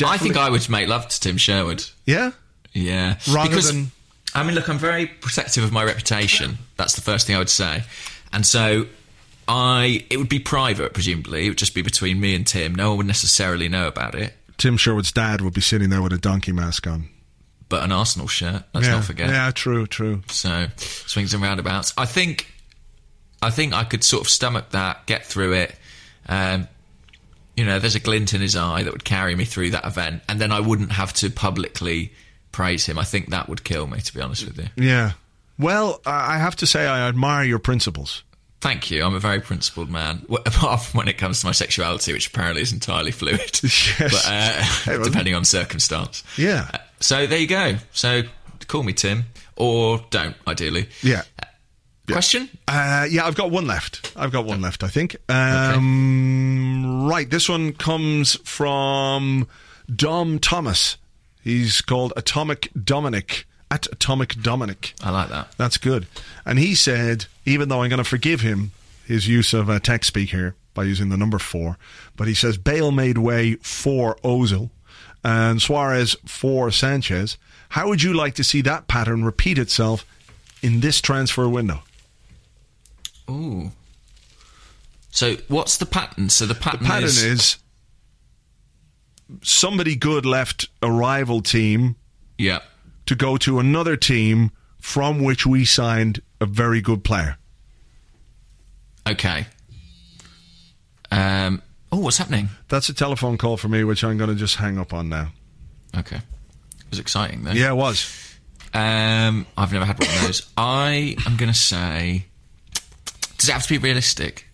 I think I would make love to Tim Sherwood.
yeah.
Yeah.
Rather
because,
than-
I mean, look, I'm very protective of my reputation. That's the first thing I would say. And so I it would be private, presumably. It would just be between me and Tim. No one would necessarily know about it.
Tim Sherwood's dad would be sitting there with a donkey mask on.
But an Arsenal shirt, let's
yeah,
not forget.
Yeah, true, true.
So swings and roundabouts. I think I think I could sort of stomach that, get through it. Um you know, there's a glint in his eye that would carry me through that event, and then I wouldn't have to publicly praise him. I think that would kill me, to be honest with you.
Yeah. Well, I I have to say I admire your principles. <laughs>
Thank you. I'm a very principled man, <laughs> well, apart from when it comes to my sexuality, which apparently is
<laughs>
entirely fluid, but uh,
well-
depending on circumstance.
Yeah.
Uh, So there you go. So call me Tim, or don't, ideally.
Yeah.
Question?
Uh, yeah, I've got one left. I've got one left, I think. Um, Right, this one comes from Dom Thomas. He's called Atomic Dominic, at Atomic Dominic.
I like that.
That's good. And he said, even though I'm going to forgive him his use of a tech speak here by using the number four, but he says Bale made way for Ozil and Suarez for Sanchez. How would you like to see that pattern repeat itself in this transfer window?
Ooh. So what's the pattern? So the pattern,
Pattern is, somebody good left a rival team
yeah.
to go to another team from which we signed a very good player.
Okay. Um. Oh, what's happening?
That's a telephone call for me, which I'm going to just hang up on now.
Okay. It was exciting though.
Yeah, it was.
Um. I've never had one of those. I am gonna say. Does it have to be realistic?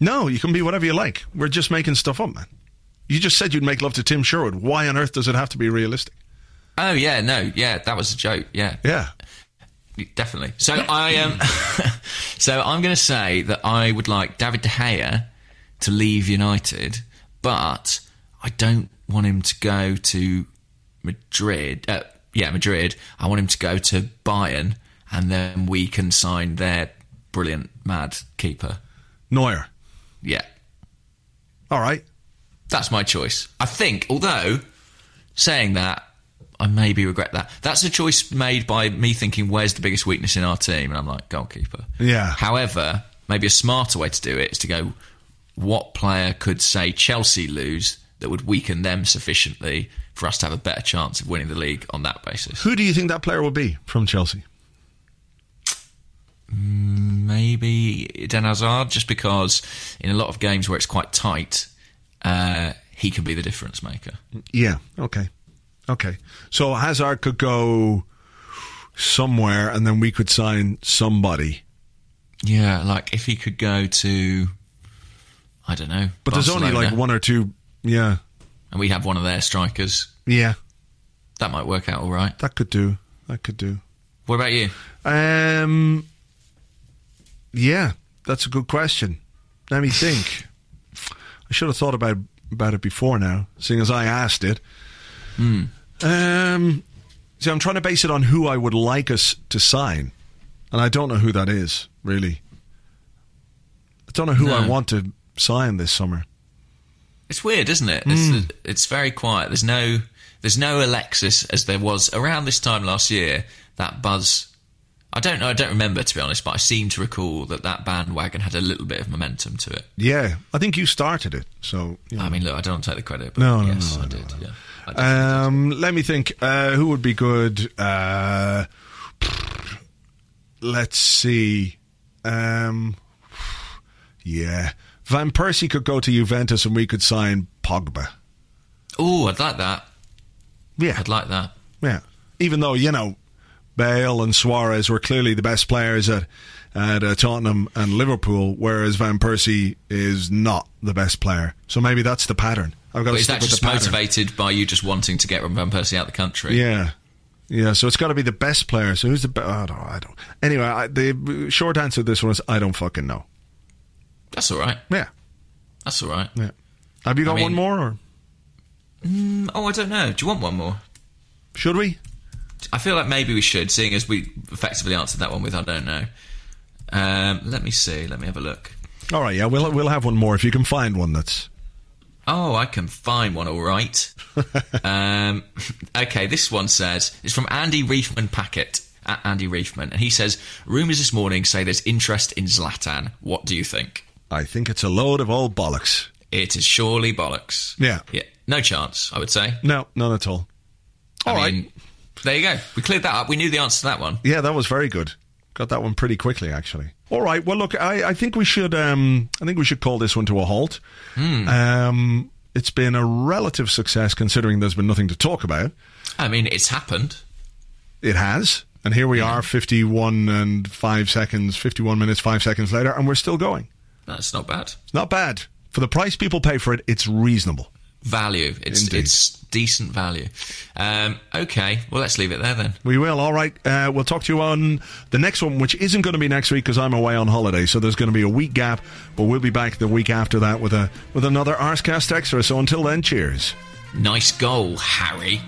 No, you can be whatever you like. We're just making stuff up, man. You just said you'd make love to Tim Sherwood. Why on earth does it have to be realistic?
Oh yeah, no, yeah, that was a joke. Yeah,
Yeah.
definitely. So I um, <laughs> so I'm going to say that I would like David De Gea to leave United, but I don't want him to go to Madrid. Uh, yeah, Madrid. I want him to go to Bayern, and then we can sign their brilliant mad keeper.
Neuer.
Yeah,
All right.
that's my choice. I think, although saying that, I maybe regret that. That's a choice made by me thinking, where's the biggest weakness in our team? And I'm like, goalkeeper.
Yeah.
However, maybe a smarter way to do it is to go, what player could, say, Chelsea lose that would weaken them sufficiently for us to have a better chance of winning the league on
<laughs>
that basis?
Who do you think that player will be from Chelsea?
Maybe Eden Hazard, just because in a lot of games where it's quite tight, uh, he can be the difference maker.
Yeah. Okay. Okay. So Hazard could go somewhere and then we could sign somebody.
Yeah, like if he could go to, I don't know.
But there's only like
Barcelona,
one or two. Yeah.
and we have one of their strikers.
Yeah.
That might work out all right.
That could do. That could do.
What about you?
Um, yeah, that's a good question. Let me think. I should have thought about about it before now, seeing as I asked it. Um, see, I'm trying to base it on who I would like us to sign, and I don't know who that is really. I don't know who I
No.
want to sign this summer.
It's weird, isn't it? It's,
Hmm.
it's very quiet. There's no there's no Alexis as there was around this time last year. That buzz. I don't know. I don't remember to be honest, but I seem to recall that that bandwagon had a little bit of momentum to it.
Yeah, I think you started it, so you know.
I mean, look, I don't take the credit, but
No, no,
yes,
no,
I
no,
did. Yeah, I did.
Um, let me think. Uh, who would be good? Uh, let's see. Um, yeah, Van Persie could go to Juventus, and we could sign Pogba.
oh, I'd like that.
Yeah,
I'd like that.
yeah. Even though you know, Bale and Suarez were clearly the best players at at uh, Tottenham and Liverpool, whereas Van Persie is not the best player. So maybe that's the pattern. I've got
But
to
is
stick
that
with
just
the pattern.
motivated by you just wanting to get Van Persie out of the country?
Yeah. Yeah, so it's got to be the best player. So who's the best? I don't. I don't. Anyway, I, the uh, short answer to this one is I don't fucking know.
That's all right.
Yeah,
That's all right.
yeah. Have you got
mean-
one more, or
Mm, Oh, I don't know. Do you want one more?
should we?
I feel like maybe we should, seeing as we effectively answered that one with I don't know. Um, let me see. Let me have a look.
All right, yeah, we'll we'll have one more if you can find one that's.
Oh, I can find one,
<laughs>
all right. um, okay, this one says it's from Andy Reefman Packet at Andy Reefman, and he says rumors this morning say there's interest in Zlatan. What do you think?
I think it's a load of old bollocks.
It is surely bollocks.
Yeah.
yeah, no chance. I would say.
No, none at all. All
I
right.
mean, there you go. We cleared that up. We knew the answer to that one.
Yeah, that was very good. Got that one pretty quickly, actually. All right. Well, look, I, I think we should. Um, I think we should call this one to a halt.
Hmm.
Um, it's been a relative success considering there's been nothing to talk about.
I mean, it's happened.
It has. And here we are, 51 and 5 seconds, 51 minutes, 5 seconds later, and we're still going.
That's not bad.
It's not bad. For the price people pay for it, it's reasonable.
Value. It's
Indeed.
it's decent value. Um, okay. Well, let's leave it there then.
We will. All right. Uh, we'll talk to you on the next one, which isn't going to be next week because I'm away on holiday. So there's going to be a week gap, but we'll be back the week after that with a with another Arscast Extra. So until then, cheers.
Nice goal, Harry.